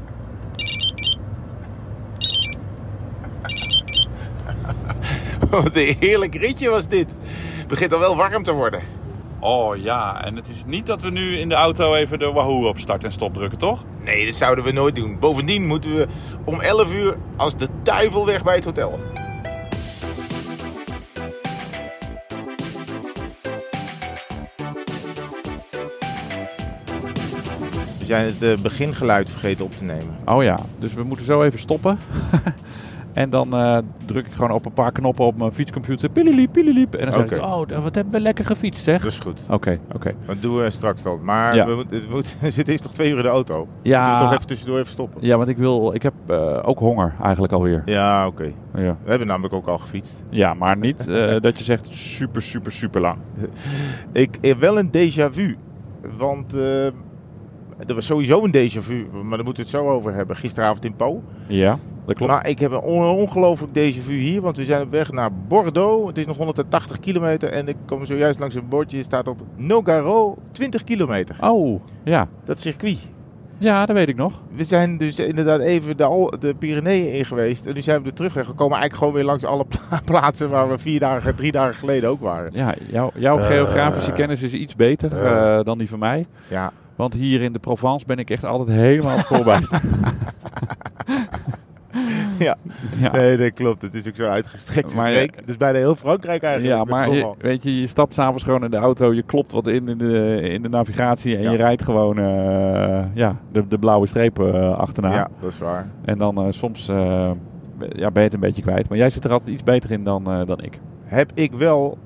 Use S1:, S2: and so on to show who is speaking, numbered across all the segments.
S1: Wat een heerlijk ritje was dit. Het begint al wel warm te worden.
S2: Oh ja, en het is niet dat we nu in de auto even de Wahoo op start en stop drukken, toch?
S1: Nee, dat zouden we nooit doen. Bovendien moeten we om 11 uur als de duivel weg bij het hotel. We zijn het eh, begingeluid vergeten op te nemen.
S2: Oh ja, dus we moeten zo even stoppen. en dan eh, druk ik gewoon op een paar knoppen op mijn fietscomputer. Pililiep, pililiep. En dan zeg ik,
S1: Oké.
S2: oh, d- wat hebben we lekker gefietst, zeg.
S1: Dat is goed.
S2: Oké, oké.
S1: Dat doen we straks dan. Maar
S2: Ja.
S1: we, moet- het moet, er zitten eerst nog twee uur in de auto.
S2: Ja.
S1: Moeten we toch even tussendoor even stoppen?
S2: Ja, want ik wil, ik heb eh, ook honger eigenlijk alweer.
S1: Ja, oké.
S2: Ja,
S1: We hebben namelijk ook al gefietst.
S2: ja maar niet eh, dat je zegt super, super, super lang.
S1: Ik heb wel een déjà vu. Want eh, er was sowieso een déjà vu. Maar daar moeten we het zo over hebben. Gisteravond in Po.
S2: Ja, dat klopt.
S1: Maar ik heb een on- ongelooflijk déjà vu hier. Want we zijn op weg naar Bordeaux. Het is nog 180 kilometer. En ik kom zojuist langs een bordje. staat op Nogaro 20 kilometer.
S2: Oh, ja.
S1: Dat circuit.
S2: Ja, dat weet ik nog.
S1: We zijn dus inderdaad even de, Al- de Pyreneeën in geweest. En nu zijn we er terug. En we komen eigenlijk gewoon weer langs alle pla- plaatsen waar we vier dagen, drie dagen geleden ook waren.
S2: Ja, jouw- jouw
S1: Eh.
S2: geografische kennis is iets beter
S1: Eh.
S2: eh, dan die van mij.
S1: Ja,
S2: Want hier in de Provence ben ik echt altijd helemaal voorbijst.
S1: Ja.
S2: ja.
S1: nee, dat klopt. Het is ook zo uitgestrekt.
S2: Maar,
S1: Maar, het is bijna heel Frankrijk eigenlijk.
S2: Ja,
S1: met
S2: maar je, eh,
S1: Florence.
S2: weet je, je stapt s'avonds gewoon in de auto, je klopt wat in in de, in de navigatie en
S1: Ja.
S2: je rijdt gewoon eh, ja, de, de blauwe strepen eh, achterna.
S1: ja, dat is waar.
S2: En dan eh, soms eh, ja, ben je het een beetje kwijt. Maar jij zit er altijd iets beter in dan, eh, dan ik.
S1: Heb ik wel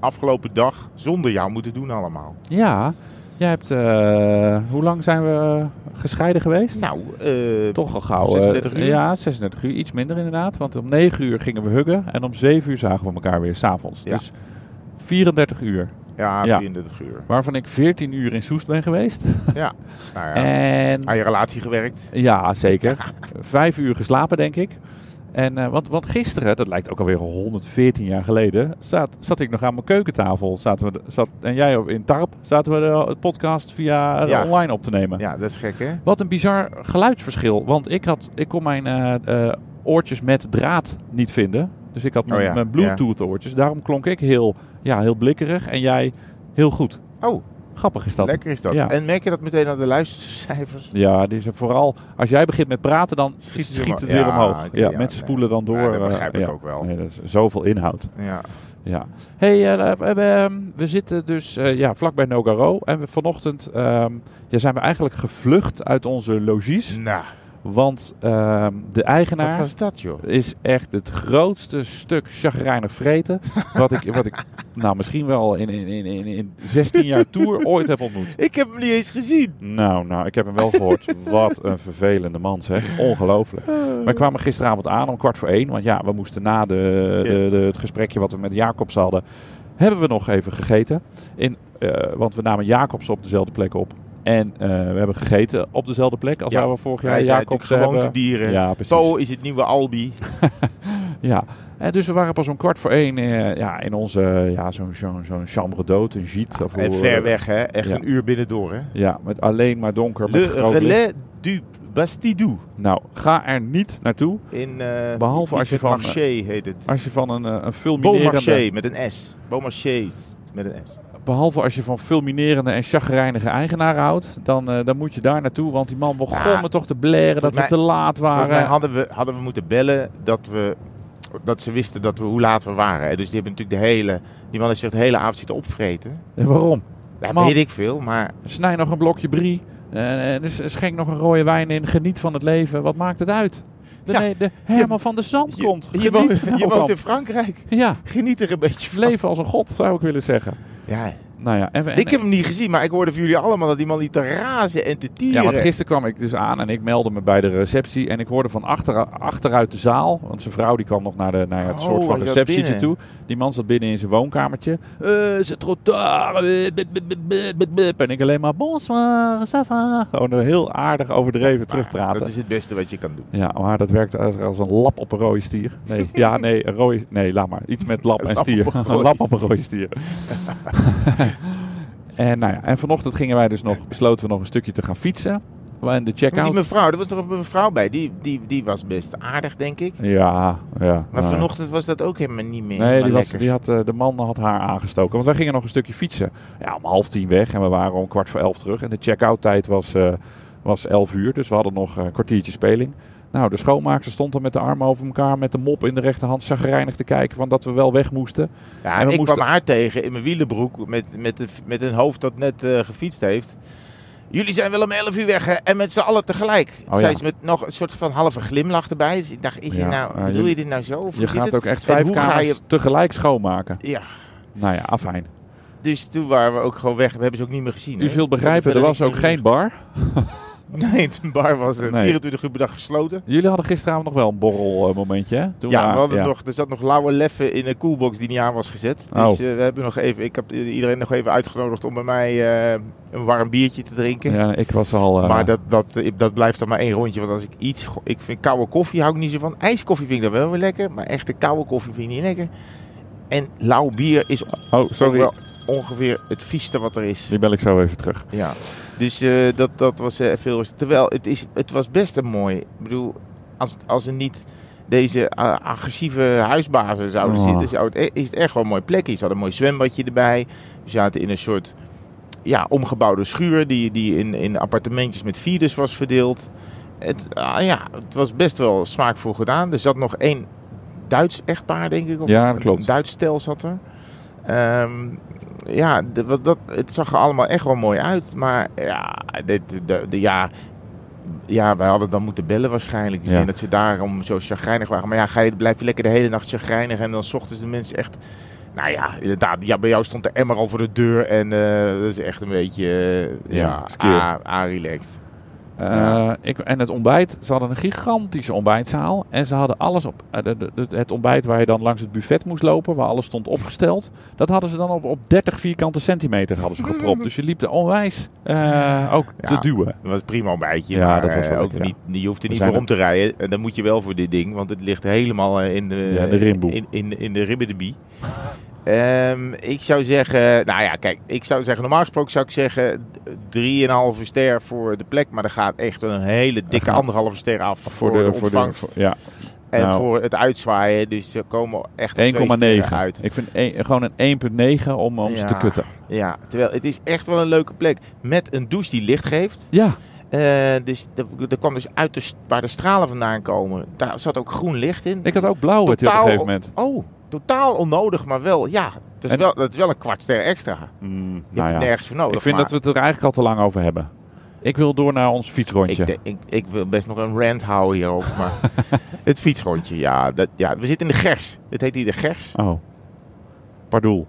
S1: afgelopen dag zonder jou moeten doen allemaal.
S2: Ja, jij hebt... eh, hoe lang zijn we gescheiden geweest?
S1: Nou, eh,
S2: Toch al gauw. eh,
S1: 36 uur?
S2: Ja, 36 uur. Iets minder inderdaad. Want om 9 uur gingen we huggen. En om 7 uur zagen we elkaar weer, s'avonds.
S1: Ja.
S2: Dus 34 uur.
S1: ja,
S2: Ja.
S1: 34 uur.
S2: Waarvan ik 14 uur in Soest ben geweest.
S1: Nou ja,
S2: En
S1: aan je relatie gewerkt.
S2: ja, zeker. Vijf uur geslapen, denk ik. En, eh, want, want gisteren, dat lijkt ook alweer 114 jaar geleden, zat, zat ik nog aan mijn keukentafel. Zaten we, de- zat, en jij op- in Tarp zaten we de podcast via eh,
S1: Ja.
S2: online op te nemen.
S1: Ja, dat is gek hè?
S2: Wat een bizar geluidsverschil. Want ik, had, ik kon mijn eh, eh, oortjes met draad niet vinden. Dus ik had mijn,
S1: Oh ja,
S2: mijn Bluetooth oortjes. Daarom klonk ik heel, ja, heel blikkerig en jij heel goed.
S1: Oh,
S2: Grappig is dat.
S1: lekker is dat.
S2: ja.
S1: En merk je dat meteen aan de luistercijfers?
S2: Ja, die zijn vooral als jij begint met praten, dan
S1: Schiet
S2: schiet,
S1: het
S2: het
S1: weer
S2: weer
S1: omhoog.
S2: omhoog.
S1: Ja, oké,
S2: ja,
S1: ja,
S2: mensen
S1: nee.
S2: spoelen dan door.
S1: Ja, dat
S2: eh,
S1: begrijp ik
S2: ja.
S1: ook wel.
S2: Nee, dat is zoveel inhoud.
S1: Ja.
S2: Ja. Hey, eh, we, hebben- we zitten dus eh ja, vlakbij Nogaro. En we vanochtend ehm, ja, zijn we eigenlijk gevlucht uit onze logies.
S1: Nou,
S2: Want ehm, de eigenaar
S1: wat was dat joh?
S2: is echt het grootste stuk chagrijnig vreten. wat, ik, wat ik nou misschien wel in, in, in, in, in 16 jaar tour ooit heb ontmoet.
S1: Ik heb hem niet eens gezien.
S2: Nou, nou, ik heb hem wel gehoord. Wat een vervelende man, zeg. Ongelooflijk. Wij kwamen gisteravond aan om kwart voor één. Want ja, we moesten na de, de, de- het gesprekje wat we met Jacobs hadden... hebben we nog even gegeten. In, eh, want we namen Jacobs op dezelfde plek op. En eh, we hebben gegeten op dezelfde plek als
S1: Ja,
S2: waar we vorig jaar
S1: Hij zijn natuurlijk
S2: Jacobs hebben.
S1: gewoontedieren.
S2: Ja, precies.
S1: Po is het nieuwe Albi.
S2: Ja, en dus we waren pas om kwart voor één eh, ja, in onze ja, zo'n zo'n zo'n chambre d'hôte, een giet. Of
S1: En
S2: hoe-
S1: ver weg hè? Echt
S2: eh, Ja.
S1: een uur binnendoor hè?
S2: Ja, met alleen maar donker. Met
S1: Le
S2: groot licht.
S1: Relais du Bastidou.
S2: Nou, ga er niet naartoe
S1: In, eh,
S2: Behalve
S1: iets
S2: als je
S1: met
S2: van- eh,
S1: Marché heet het.
S2: als je van een, eh, een fulminerende...
S1: Beaumarchais met een S. Beaumarchais met een S.
S2: Behalve als je van fulminerende en chagrijnige eigenaren houdt, dan, eh, dan moet je daar naartoe. Want die man begon
S1: Ja,
S2: me toch te bleren dat
S1: Nou, volgens
S2: we te laat
S1: Volgens mij
S2: waren.
S1: hadden we, hadden we moeten bellen dat, we, dat ze wisten dat we, hoe laat we waren. hè. Dus die hebben natuurlijk de hele... Die man heeft zich de hele avond zitten opvreten.
S2: En waarom?
S1: Dat
S2: Man.
S1: weet ik veel, maar...
S2: Snij nog een blokje brie. eh, eh, dus schenk nog een rode wijn in. Geniet van het leven. Wat maakt het uit? De,
S1: Ja,
S2: nee, de Herman van de Zand
S1: Je-
S2: komt.
S1: Je,
S2: Geniet
S1: woont,
S2: er nou
S1: je
S2: van.
S1: woont in Frankrijk.
S2: Ja,
S1: Geniet er een beetje van.
S2: leven als een god zou ik willen zeggen.
S1: Ja.
S2: Nou ja, en, we- en-
S1: Ik heb hem niet gezien, maar ik hoorde van jullie allemaal dat die man liep te razen en te tieren.
S2: Ja, want gisteren kwam ik dus aan en ik meldde me bij de receptie. En ik hoorde van achter, achteruit de zaal, want zijn vrouw die kwam nog naar, de, naar het
S1: Oh,
S2: soort van
S1: hij zat
S2: receptietje
S1: binnen.
S2: toe. Die man zat binnen in zijn woonkamertje. Eh, c'est trop tard. Eh, bip, bip, bip, bip, bip, bip. En ik alleen maar bonsoir, ça va. Gewoon een heel aardig overdreven terugpraten.
S1: Dat is het beste wat je kan doen.
S2: Ja, maar dat werkt als, als een lap op een rode stier. Nee, ja, nee, een rode, nee, laat maar. Iets met lap en
S1: Lap op
S2: stier.
S1: een
S2: Een
S1: rode
S2: lap op een rode stier. en, nou ja, en vanochtend gingen wij dus nog, besloten we nog een stukje te gaan fietsen. En de
S1: Want die
S2: check-out.
S1: mevrouw, er was nog een mevrouw bij, die, die, die was best aardig, denk ik.
S2: Ja, ja.
S1: Maar
S2: nou ja.
S1: vanochtend was dat ook helemaal niet meer.
S2: Nee, die, was,
S1: lekker.
S2: die had, eh, de man had haar aangestoken. Want wij gingen nog een stukje fietsen. Ja, om half tien weg en we waren om kwart voor elf terug. En de check-out tijd was, eh, was elf uur, dus we hadden nog eh, een kwartiertje speling. Nou, de schoonmaakster stond dan met de armen over elkaar, met de mop in de rechterhand, chagrijnig te kijken van dat we wel weg moesten.
S1: Ja,
S2: En
S1: en
S2: we
S1: ik
S2: moesten-
S1: kwam haar tegen in mijn wielenbroek met, met, een- met een hoofd dat net eh, gefietst heeft. Jullie zijn wel om 11 uur weg hè? en met z'n allen tegelijk.
S2: Oh,
S1: Zei
S2: ja.
S1: ze met nog een soort van halve glimlach erbij. Dus ik dacht, is dit
S2: Ja,
S1: nou,
S2: maar
S1: bedoel
S2: je-
S1: je dit nou zo? Of
S2: Je
S1: hoe zit
S2: gaat
S1: het?
S2: ook echt
S1: En
S2: vijf
S1: hoe ga
S2: kamers
S1: je-
S2: tegelijk schoonmaken.
S1: Ja,
S2: Nou ja, afijn.
S1: dus toen waren we ook gewoon weg. We hebben ze ook niet meer gezien.
S2: U
S1: hè?
S2: zult begrijpen, er
S1: Verder
S2: was ook
S1: niks meer
S2: geen bar.
S1: gezien. Nee, de bar was eh,
S2: Nee.
S1: 24 uur per dag gesloten.
S2: Jullie hadden gisteravond nog wel een borrelmomentje, hè? Toen
S1: Ja,
S2: we-
S1: we hadden
S2: ja.
S1: Nog, er zat nog lauwe leffen in een koelbox die niet aan was gezet. Dus
S2: Oh.
S1: eh, we hebben nog even, ik heb iedereen nog even uitgenodigd om bij mij eh, een warm biertje te drinken.
S2: Ja, ik was al... eh,
S1: Maar dat, dat, eh, dat blijft dan maar één rondje. Want als ik iets. go- Ik vind koude koffie hou ik niet zo van. IJskoffie vind ik dan wel weer lekker. Maar echte koude koffie vind ik niet lekker. En lauw bier is
S2: Oh, sorry.
S1: wel ongeveer het vieste wat er is.
S2: Die bel ik zo even terug.
S1: Ja. Dus eh, dat, dat was eh, veel rust. Terwijl het, is, het was best een mooi. Ik bedoel, als, als er niet deze eh, agressieve huisbazen zouden
S2: Oh.
S1: zitten, zou het, e- is het echt wel een mooi plekje. Ze hadden een mooi zwembadje erbij. We zaten in een soort ja, omgebouwde schuur die, die in, in appartementjes met vierdes was verdeeld. Het, ah ja, het was best wel smaakvol gedaan. Er zat nog één Duits echtpaar, denk ik. Of
S2: Ja, dat klopt.
S1: Een Duits stel zat er. Ehm, ja, de- wat dat, het zag er allemaal echt wel mooi uit. Maar ja, dit, de, de, ja, ja, wij hadden dan moeten bellen waarschijnlijk. Ik
S2: Ja.
S1: denk dat ze daarom zo chagrijnig waren. Maar ja, ga je, blijf je lekker de hele nacht chagrijnig. En dan 's ochtends de mensen echt... Nou ja, inderdaad. Ja, bij jou stond de emmer al voor de deur. En eh, dat is echt een beetje... eh,
S2: Ja,
S1: ja,
S2: skeer.
S1: a- a-relaxed.
S2: Eh,
S1: Ja.
S2: ik, en het ontbijt, ze hadden een gigantische ontbijtzaal. En ze hadden alles op. eh, de- de- de- het ontbijt waar je dan langs het buffet moest lopen, waar alles stond opgesteld. Dat hadden ze dan op, op 30 vierkante centimeter hadden ze gepropt. Dus je liep er onwijs eh, ook
S1: Mm. Ja.
S2: te duwen.
S1: Dat was een prima ontbijtje.
S2: Ja,
S1: maar
S2: dat was wel
S1: eh, ook
S2: lekker, ja.
S1: niet, je hoeft er
S2: We
S1: niet
S2: zijn
S1: voor
S2: er-
S1: om te rijden. En dan moet je wel voor dit ding. Want het ligt helemaal eh, in de,
S2: Ja, de rimboe.
S1: In, in, in de ribbedebie. Ehm ik zou zeggen... Nou ja, kijk. Ik zou zeggen... Normaal gesproken zou ik zeggen... 3,5 ster voor de plek. Maar er gaat echt een hele dikke
S2: gaat-
S1: anderhalve ster af. Voor, de, ontvangst.
S2: voor- ja,
S1: en
S2: nou.
S1: voor het uitzwaaien. Dus ze komen echt op twee sterren uit.
S2: 1,9. Ik vind een- gewoon een 1,9 om, om ze te
S1: Ja.
S2: kutten.
S1: Ja, terwijl het is echt wel een leuke plek. Met een douche die licht geeft.
S2: Ja,
S1: Eh, dus dat- dat kwam dus uit de, st- waar de stralen vandaan komen. Daar zat ook groen licht in.
S2: ik had ook blauw het op een
S1: Totaal-
S2: gegeven moment.
S1: Oh, totaal onnodig, maar wel. Ja, dat is,
S2: En-
S1: wel, dat is wel een kwart ster extra. Je
S2: Mm,
S1: hebt
S2: nou
S1: er
S2: ja.
S1: nergens voor nodig.
S2: Ik vind
S1: maar
S2: dat we het er eigenlijk al te lang over hebben. Ik wil door naar ons fietsrondje.
S1: ik, denk- ik, ik wil best nog een rant houden hierop. Maar het fietsrondje, ja, dat, ja. We zitten in de Gers. Het heet hier de Gers.
S2: Oh. Pardoel.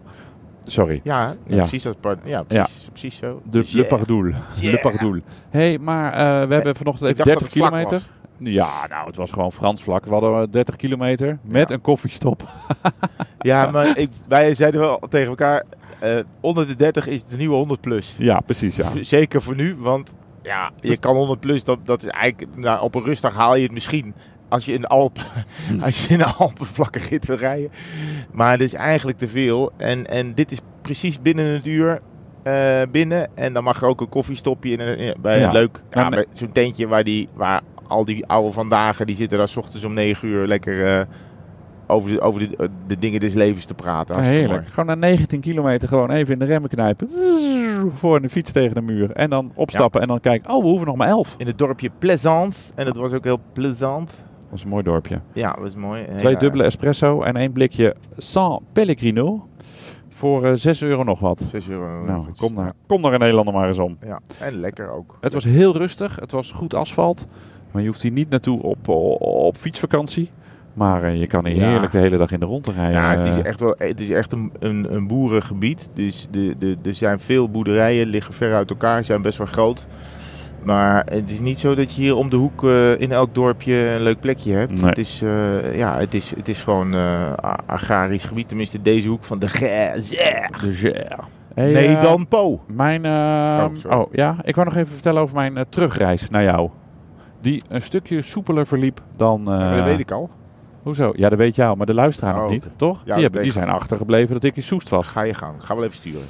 S2: Sorry.
S1: Ja, nou,
S2: Ja.
S1: precies. Dat, part- ja, precies, precies zo.
S2: De,
S1: Dus
S2: Le
S1: ja,
S2: Pardoel. Le
S1: Yeah.
S2: Pardoel. hey, maar eh, we hebben vanochtend
S1: ik
S2: even
S1: dacht
S2: 30
S1: dat het vlak
S2: kilometer. Ja, nou, het was gewoon Frans vlak. We hadden eh, 30 kilometer met een koffiestop.
S1: Ja, maar ik, wij zeiden wel tegen elkaar... eh, onder de 30 is de nieuwe 100 plus.
S2: Ja, precies, ja.
S1: V- Zeker voor nu, want ja, je kan 100 plus, dat, dat is eigenlijk, nou, op een rustdag haal je het misschien. Als je in de Alpen,
S2: Hmm.
S1: als je in de Alpen vlakke rit wil rijden. Maar dit is eigenlijk te veel. En, en dit is precies binnen het uur eh, binnen. En dan mag er ook een koffiestopje in, een- in- bij
S2: Ja.
S1: een leuk. Ja,
S2: Maar me-
S1: bij Zo'n tentje waar, die, waar al die oude vandaag, die zitten daar 's ochtends om 9 uur lekker eh, over, de, over de, eh, de dingen des levens te praten. Hartstikke
S2: Heerlijk. Gewoon na 19 kilometer gewoon even in de remmen knijpen. Voor de fiets tegen de muur. En dan opstappen en dan kijken. Oh, we hoeven nog maar 11.
S1: In het dorpje Plaisance. En dat was ook heel plezant.
S2: Dat is een mooi dorpje.
S1: Ja, dat was mooi.
S2: Twee
S1: Ja.
S2: dubbele espresso en één blikje San Pellegrino. Voor eh, 6 euro nog wat.
S1: 6 euro.
S2: Nou, kom daar, kom daar in Nederlander maar eens om.
S1: Ja, en lekker ook.
S2: Het was heel rustig, het was goed asfalt. Maar je hoeft hier niet naartoe op, op, op fietsvakantie. Maar eh, je kan hier
S1: Ja.
S2: heerlijk de hele dag in de rondte rijden.
S1: Ja, het is
S2: Eh,
S1: echt, wel, het is echt een, een, een boerengebied. Dus de, de, er zijn veel boerderijen, liggen ver uit elkaar, zijn best wel groot. Maar het is niet zo dat je hier om de hoek eh, in elk dorpje een leuk plekje hebt.
S2: Nee.
S1: Het, is, eh, ja, het, is, het is gewoon eh, a- agrarisch gebied, tenminste deze hoek van de Gers. Yeah.
S2: dus ja. Hey,
S1: nee,
S2: eh,
S1: dan Po.
S2: Mijn, eh,
S1: Oh,
S2: oh,
S1: sorry.
S2: ja, ik wou nog even vertellen over mijn eh, terugreis naar jou. Die een stukje soepeler verliep dan... eh,
S1: Ja, maar dat weet ik al.
S2: Hoezo? Ja, dat weet jij al, maar de luisteraar
S1: Oh,
S2: nog niet, toch?
S1: dat
S2: die, hebben,
S1: weet
S2: die
S1: ik.
S2: zijn achtergebleven dat ik in Soest was.
S1: Ga je gang. Ga wel even sturen.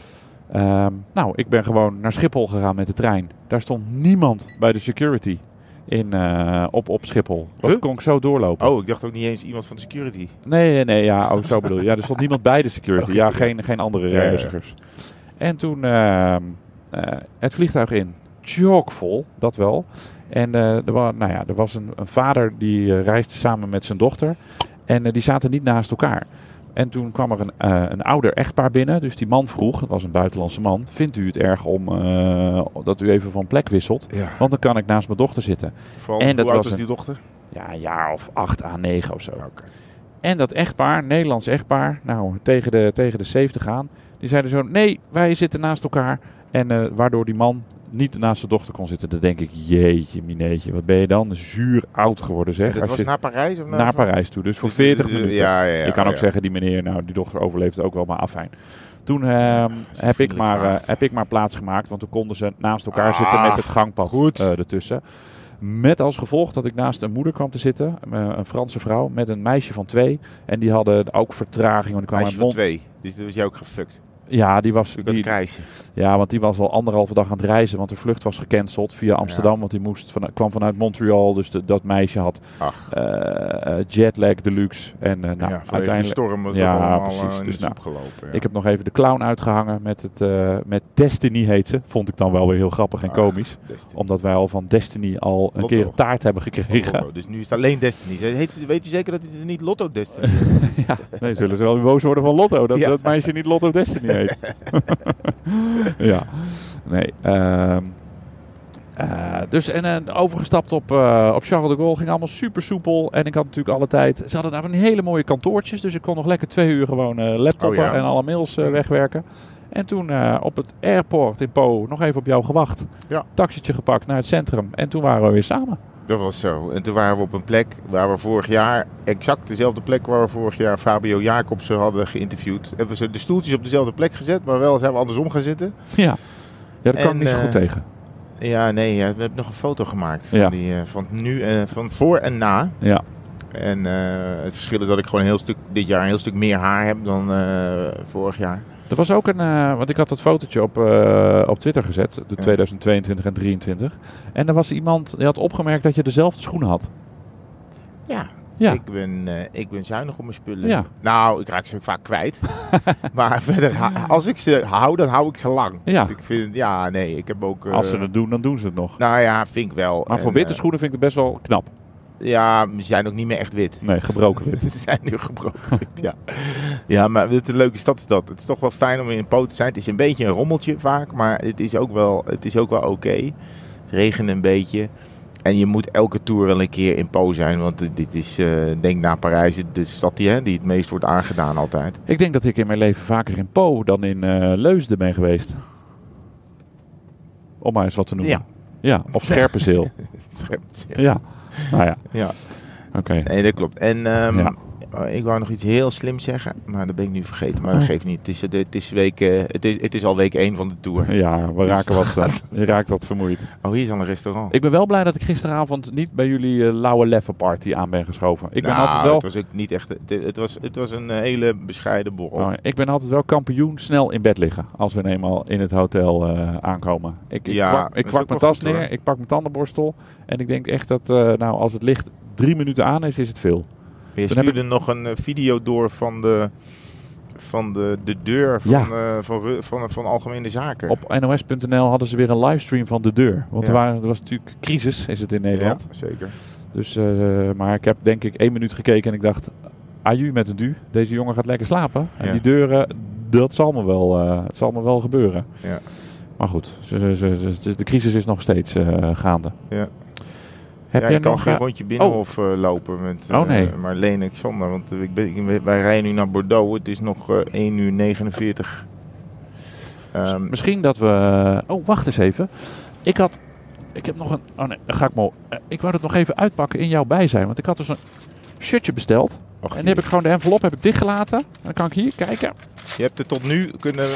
S2: Um, nou, ik ben gewoon naar Schiphol gegaan met de trein. Daar stond niemand bij de security in, uh, op, op Schiphol. Dat huh? kon ik zo doorlopen.
S1: Oh, ik dacht ook niet eens iemand van de security.
S2: Nee, nee, nee. Ja, oh, zo bedoel je. Ja, er stond niemand bij de security. Okay, ja, ja, geen, geen andere ja, reizigers. Ja, en toen uh, uh, het vliegtuig in. Chockvol, dat wel. En er, was, nou ja, er was een, een vader die eh, reisde samen met zijn dochter. En eh, die zaten niet naast elkaar. En toen kwam er een, uh, een ouder echtpaar binnen. Dus die man vroeg, dat was een buitenlandse man, vindt u het erg om uh, dat u even van plek wisselt? Ja. Want dan kan ik naast mijn dochter zitten.
S1: Vooral, en dat was een, die dochter?
S2: Ja, een jaar of acht à negen of zo. Okay. En dat echtpaar, Nederlands echtpaar, nou tegen de, tegen de 70 aan, die zeiden zo, nee, wij zitten naast elkaar. En uh, waardoor die man niet naast zijn dochter kon zitten, dan denk ik, jeetje mineetje, wat ben je dan zuur oud geworden zeg.
S1: En dat
S2: Als
S1: was
S2: je
S1: naar Parijs? Of
S2: naar Parijs toe, dus voor dus 40 de, de, minuten.
S1: Ja, ja, ja,
S2: je kan ook zeggen, die meneer, nou die dochter overleeft ook wel, maar afijn. Toen uh, heb, ik maar, uh, heb ik maar plaats gemaakt, want toen konden ze naast elkaar ah, zitten met het gangpad goed. Uh, ertussen. Met als gevolg dat ik naast een moeder kwam te zitten, eh, een Franse vrouw, met een meisje van twee. En die hadden ook vertraging. Want die kwam
S1: meisje van twee, dus dat was jij ook gefukt?
S2: Ja, die was.
S1: Die,
S2: ja, want die was al anderhalve dag aan het reizen, want de vlucht was gecanceld via Amsterdam, ja. want die moest van, kwam vanuit Montreal. Dus de, dat meisje had uh, jetlag deluxe en uh, nou,
S1: ja,
S2: uiteindelijk.
S1: storm was ja, allemaal, precies. Uh, dus nou, gelopen, ja.
S2: Ik heb nog even de clown uitgehangen met het eh, met Destiny heet ze. Vond ik dan wel weer heel grappig en Ach, komisch, Destiny. omdat wij al van Destiny al een Lotto. keer een taart hebben gekregen.
S1: Lotto, dus nu is het alleen Destiny. Heet, weet je zeker dat het niet Lotto Destiny?
S2: is? ja, nee, zullen ze wel weer boos worden van Lotto dat dat meisje niet Lotto Destiny. Heet. ja, nee. Uh, uh, dus en uh, overgestapt op, eh, op Charles de Gaulle ging allemaal super soepel. En ik had natuurlijk alle tijd. Ze hadden daar van hele mooie kantoortjes. Dus ik kon nog lekker twee uur gewoon laptoppen oh ja. en alle mails wegwerken. En toen eh, op het airport in Po nog even op jou gewacht.
S1: Ja.
S2: Taxietje gepakt naar het centrum. En toen waren we weer samen.
S1: Dat was zo. En toen waren we op een plek waar we vorig jaar, exact dezelfde plek waar we vorig jaar Fabio Jacobsen hadden geïnterviewd. Hebben we ze de stoeltjes op dezelfde plek gezet, maar wel zijn we andersom gaan zitten.
S2: Ja, ja dat kan niet zo goed uh, tegen.
S1: Ja, nee, we hebben nog een foto gemaakt van,
S2: ja.
S1: die, uh, van, nu, en uh, van voor en na.
S2: Ja.
S1: En eh, het verschil is dat ik gewoon een heel stuk, dit jaar een heel stuk meer haar heb dan eh, vorig jaar.
S2: Er was ook een, uh, want ik had dat fotootje op, uh, op Twitter gezet, de ja. 2022 en 23. En er was iemand die had opgemerkt dat je dezelfde schoenen had.
S1: Ja.
S2: ja.
S1: Ik, ben, uh, ik ben zuinig op mijn spullen.
S2: Ja.
S1: Nou, ik raak ze vaak kwijt. maar verder, als ik ze hou, dan hou ik ze lang.
S2: Ja.
S1: Ik vind, ja, nee, ik heb ook... eh,
S2: als ze het doen, dan doen ze het nog.
S1: Nou ja, vind ik wel. eh,
S2: Maar voor en, witte schoenen vind ik het best wel knap.
S1: Ja, ze zijn ook niet meer echt wit.
S2: Nee, gebroken wit.
S1: ze zijn nu gebroken wit, ja. Ja, maar dit een leuke stad is dat. Het is toch wel fijn om in een poot te zijn. Het is een beetje een rommeltje vaak, maar het is ook wel, het is ook wel oké. Okay. Het regent een beetje. En je moet elke tour wel een keer in Po zijn. Want dit is, uh, denk na Parijs, de stad die, hè, die het meest wordt aangedaan altijd.
S2: Ik denk dat ik in mijn leven vaker in Po dan in uh, Leusden ben geweest. Om maar eens wat te noemen.
S1: Ja.
S2: Ja, of Scherpenzeel.
S1: Scherpenzeel.
S2: Ja. Nou ja.
S1: ja.
S2: Oké. Okay.
S1: Nee, dat klopt. En um, ja. Oh. ik wou nog iets heel slim zeggen, maar dat ben ik nu vergeten. Maar dat geeft niet. Het is, het is, week, uh, het is, het is al week 1 van de tour.
S2: Ja, we raken wat, uh, je raakt wat vermoeid.
S1: Oh, hier is al een restaurant.
S2: Ik ben wel blij dat ik gisteravond niet bij jullie uh, lauwe leffen party aan ben geschoven. Ik ben
S1: nou,
S2: altijd wel...
S1: het was ook niet echt... Het, het, was, het was een eh, hele bescheiden borrel.
S2: Oh, ik ben altijd wel kampioen snel in bed liggen als we eenmaal in het hotel eh, aankomen. Ik, ik,
S1: ja,
S2: kwak, ik kwak mijn tas neer, hoor. ik pak mijn tandenborstel en ik denk echt dat nou, als het licht drie minuten aan is, is het veel.
S1: Je stuurde heb ik... nog een eh, video door van de, van de, de deur van, ja. uh, van, van, van, Algemene Zaken.
S2: Op nos.nl hadden ze weer een livestream van de deur. Want ja. er, waren, er, was natuurlijk crisis, is het in Nederland.
S1: Ja, zeker.
S2: Dus, uh, maar ik heb denk ik één minuut gekeken en ik dacht... Aju met een du, deze jongen gaat lekker slapen. En ja. die deuren, dat zal me wel, uh, het zal me wel gebeuren.
S1: Ja.
S2: Maar goed, de crisis is nog steeds eh, gaande.
S1: Ja.
S2: Heb
S1: ja,
S2: jij
S1: ik kan
S2: nog eh,
S1: geen rondje binnenhof oh. lopen met
S2: oh, nee.
S1: uh, Marleen en Xander. Want ik ben, wij rijden nu naar Bordeaux. Het is nog uh, 1 uur Ehm, 49.
S2: Um, misschien dat we... Oh, wacht eens even. Ik had... Ik heb nog een... Oh nee, ga ik maar... Uh, ik wou het nog even uitpakken in jouw bijzijn. Want ik had dus een shirtje besteld. Och, en die heb ik gewoon de envelop heb ik dichtgelaten. Dan kan ik hier kijken.
S1: Je hebt het tot nu kunnen...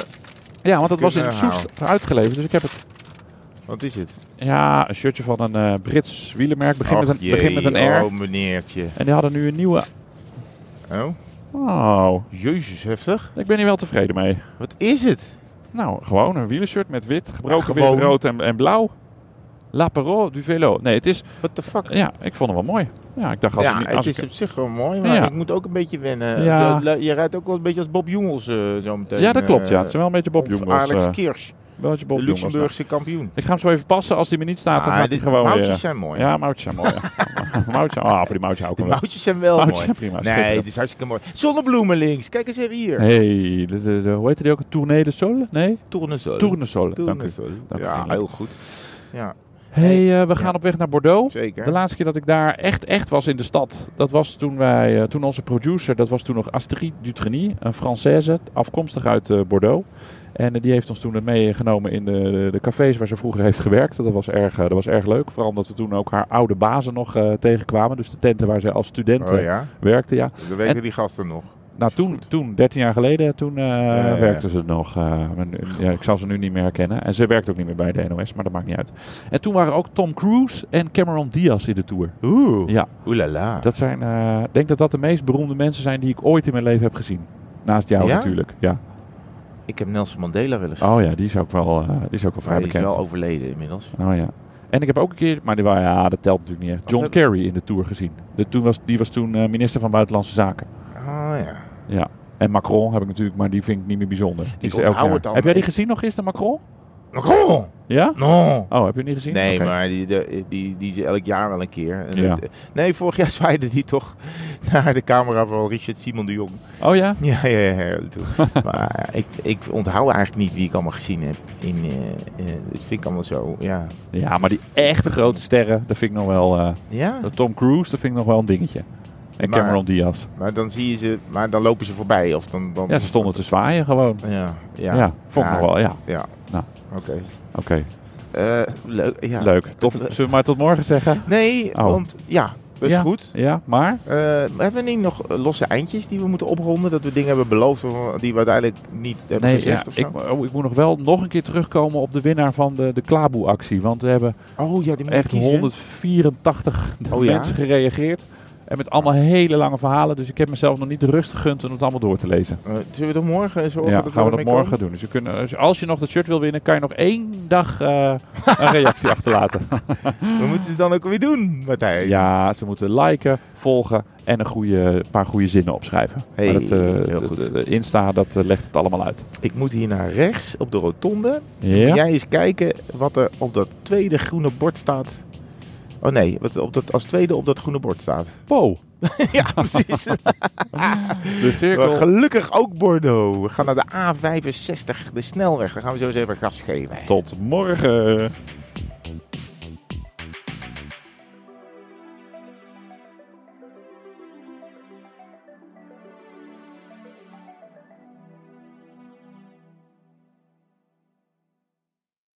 S2: Ja, want het was in het Soest uitgeleverd. Dus ik heb het
S1: wat is het?
S2: Ja, een shirtje van een uh, Brits wielermerk. Begin, Och, met een, begin met een R.
S1: Oh, meneertje.
S2: En die hadden nu een nieuwe.
S1: Oh.
S2: Oh.
S1: Jezus, heftig.
S2: Ik ben hier wel tevreden mee.
S1: Wat is het?
S2: Nou, gewoon een wielershirt met wit, gebroken
S1: Gewoon.
S2: wit, rood en, en blauw. La parole du vélo. Nee, het is...
S1: What the fuck?
S2: Ja, ik vond hem wel mooi. Ja, ik dacht als Eh, ik
S1: ja,
S2: niet...
S1: het
S2: Als
S1: is
S2: ik,
S1: op zich wel mooi, maar
S2: Ja.
S1: ik moet ook een beetje wennen. Eh,
S2: Ja.
S1: Je, je rijdt ook wel een beetje als Bob Jongels eh zo meteen.
S2: ja, dat klopt. Ja, het
S1: eh,
S2: is wel een beetje Bob
S1: of
S2: Jongels.
S1: Alex
S2: eh,
S1: Kirsch,
S2: wel een beetje Bob
S1: de
S2: Jongels.
S1: Luxemburgse kampioen.
S2: Ik ga hem zo even passen. Als die me niet staat, dan
S1: Ah,
S2: gaat hij
S1: dit-
S2: gewoon
S1: moutjes
S2: weer...
S1: zijn mooi.
S2: Ja, moutjes zijn mooi. ja. moutjes, ah, voor die moutjes hou ik
S1: De
S2: hem wel.
S1: moutjes zijn wel
S2: Moutjes
S1: mooi.
S2: zijn prima.
S1: Nee,
S2: schitterend.
S1: het is hartstikke mooi. Zonnebloemen links, kijk eens even hier.
S2: Hey, de, de, de- hoe heette die ook? Tournee de Sol?
S1: Eh,
S2: Nee?
S1: Tournesol.
S2: Tournesol. Dank u.
S1: Tournesol.
S2: Dank u
S1: Ja,
S2: vriendelijk.
S1: heel goed. Ja,
S2: Hey, eh, we gaan
S1: Ja.
S2: op weg naar Bordeaux.
S1: zeker.
S2: De laatste keer dat ik daar echt, echt was in de stad, dat was toen wij, eh, toen onze producer, dat was toen nog Astrid Dutreny, een Française, afkomstig uit eh, Bordeaux. En eh, die heeft ons toen meegenomen in de, de, de cafés waar ze vroeger heeft gewerkt. Dat was, erg, eh, dat was erg leuk, vooral omdat we toen ook haar oude bazen nog eh, tegenkwamen. Dus de tenten waar zij als student
S1: Oh
S2: eh,
S1: ja,
S2: werkte, ja.
S1: dat weten die gasten nog.
S2: Nou, toen, toen 13 jaar geleden, toen eh,
S1: ja, ja.
S2: werkte ze nog. eh, maar nu- ja, ik zal ze nu niet meer herkennen. En ze werkt ook niet meer bij de NOS, maar dat maakt niet uit. En toen waren ook Tom Cruise en Cameron Diaz in de tour.
S1: Oeh,
S2: Ja.
S1: oelala.
S2: Dat zijn, eh, ik denk dat dat de meest beroemde mensen zijn die ik ooit in mijn leven heb gezien. Naast jou
S1: Ja?
S2: natuurlijk. Ja.
S1: Ik heb Nelson Mandela wel eens
S2: Oh ja, die is ook wel, eh, die is ook
S1: gezien. Hij
S2: wel vrij
S1: is wel
S2: bekend.
S1: overleden inmiddels.
S2: Oh ja. En ik heb ook een keer, maar die, wa- ja, dat telt natuurlijk niet echt, John
S1: Wat
S2: Kerry in de Tour gezien. De, toen was, die was toen eh, minister van Buitenlandse Zaken.
S1: Oh ja.
S2: En Macron heb ik natuurlijk, maar die vind ik niet meer bijzonder. Die
S1: Ik
S2: elk
S1: onthoud
S2: jaar.
S1: het allemaal.
S2: Heb jij die
S1: Ik-
S2: gezien nog gisteren, Macron?
S1: Macron!
S2: Ja?
S1: Non!
S2: Oh, heb je hem niet gezien?
S1: Nee,
S2: Oké.
S1: maar die, de- die, die is elk jaar wel een keer. En
S2: Ja.
S1: het- nee, vorig jaar zwaaide die toch naar de camera van Richard Simon de Jong.
S2: Oh ja?
S1: Ja, ja, ja. ja, toen. maar ik, ik onthoud eigenlijk niet wie ik allemaal gezien heb. In, eh, eh, het vind ik allemaal zo, ja.
S2: Ja, maar die echte grote sterren, dat vind ik nog wel... eh,
S1: Ja,
S2: Tom Cruise, dat vind ik nog wel een dingetje. En
S1: Maar-
S2: Cameron Diaz.
S1: maar dan zie je ze, maar dan lopen ze voorbij. Of dan, dan,
S2: Ja, ze stonden te zwaaien gewoon.
S1: Ja, ja,
S2: Ja, vond ik
S1: Ja.
S2: nog wel, ja.
S1: ja.
S2: Nou.
S1: Oké.
S2: Oké,
S1: Eh, leuk, ja.
S2: leuk. Tot,
S1: Dat-
S2: zullen we maar tot morgen zeggen?
S1: Nee,
S2: Oh.
S1: want ja, dat is
S2: Ja.
S1: goed.
S2: Ja, maar?
S1: Eh, hebben we niet nog eh, losse eindjes die we moeten opronden? Dat we dingen hebben beloofd waarvan- die we uiteindelijk niet hebben
S2: Nee,
S1: gezegd
S2: ja,
S1: of zo?
S2: ik, oh, ik moet nog wel nog een keer terugkomen op de winnaar van de, de Klaboe-actie. Want we hebben
S1: oh ja, die moet
S2: echt
S1: ik kiezen.
S2: 184
S1: Oh, ja?
S2: mensen gereageerd. En met allemaal hele lange verhalen. Dus ik heb mezelf nog niet de rust gegund om het allemaal door te lezen.
S1: Eh, zullen we dat morgen zorgen?
S2: Ja,
S1: dat
S2: gaan we dat
S1: ermee
S2: morgen
S1: komen?
S2: doen. Dus, je kunt, dus als je nog dat shirt wil winnen, kan je nog één dag eh, een reactie achterlaten.
S1: We moeten ze dan ook weer doen, Martijn.
S2: Ja, ze moeten liken, volgen en een goede, paar goede zinnen opschrijven.
S1: Hey,
S2: Maar dat, eh,
S1: heel
S2: het-
S1: goed.
S2: het, eh, Insta, dat eh, legt het allemaal uit.
S1: Ik moet hier naar rechts op de rotonde.
S2: Ja?
S1: Jij eens kijken wat er op dat tweede groene bord staat. Oh nee, wat op dat, als tweede op dat groene bord staat.
S2: Po.
S1: ja, precies.
S2: De
S1: Maar
S2: cirkel.
S1: Gelukkig ook Bordeaux. We gaan naar de A65, de snelweg. Daar gaan we zo eens even gas geven.
S2: Tot morgen.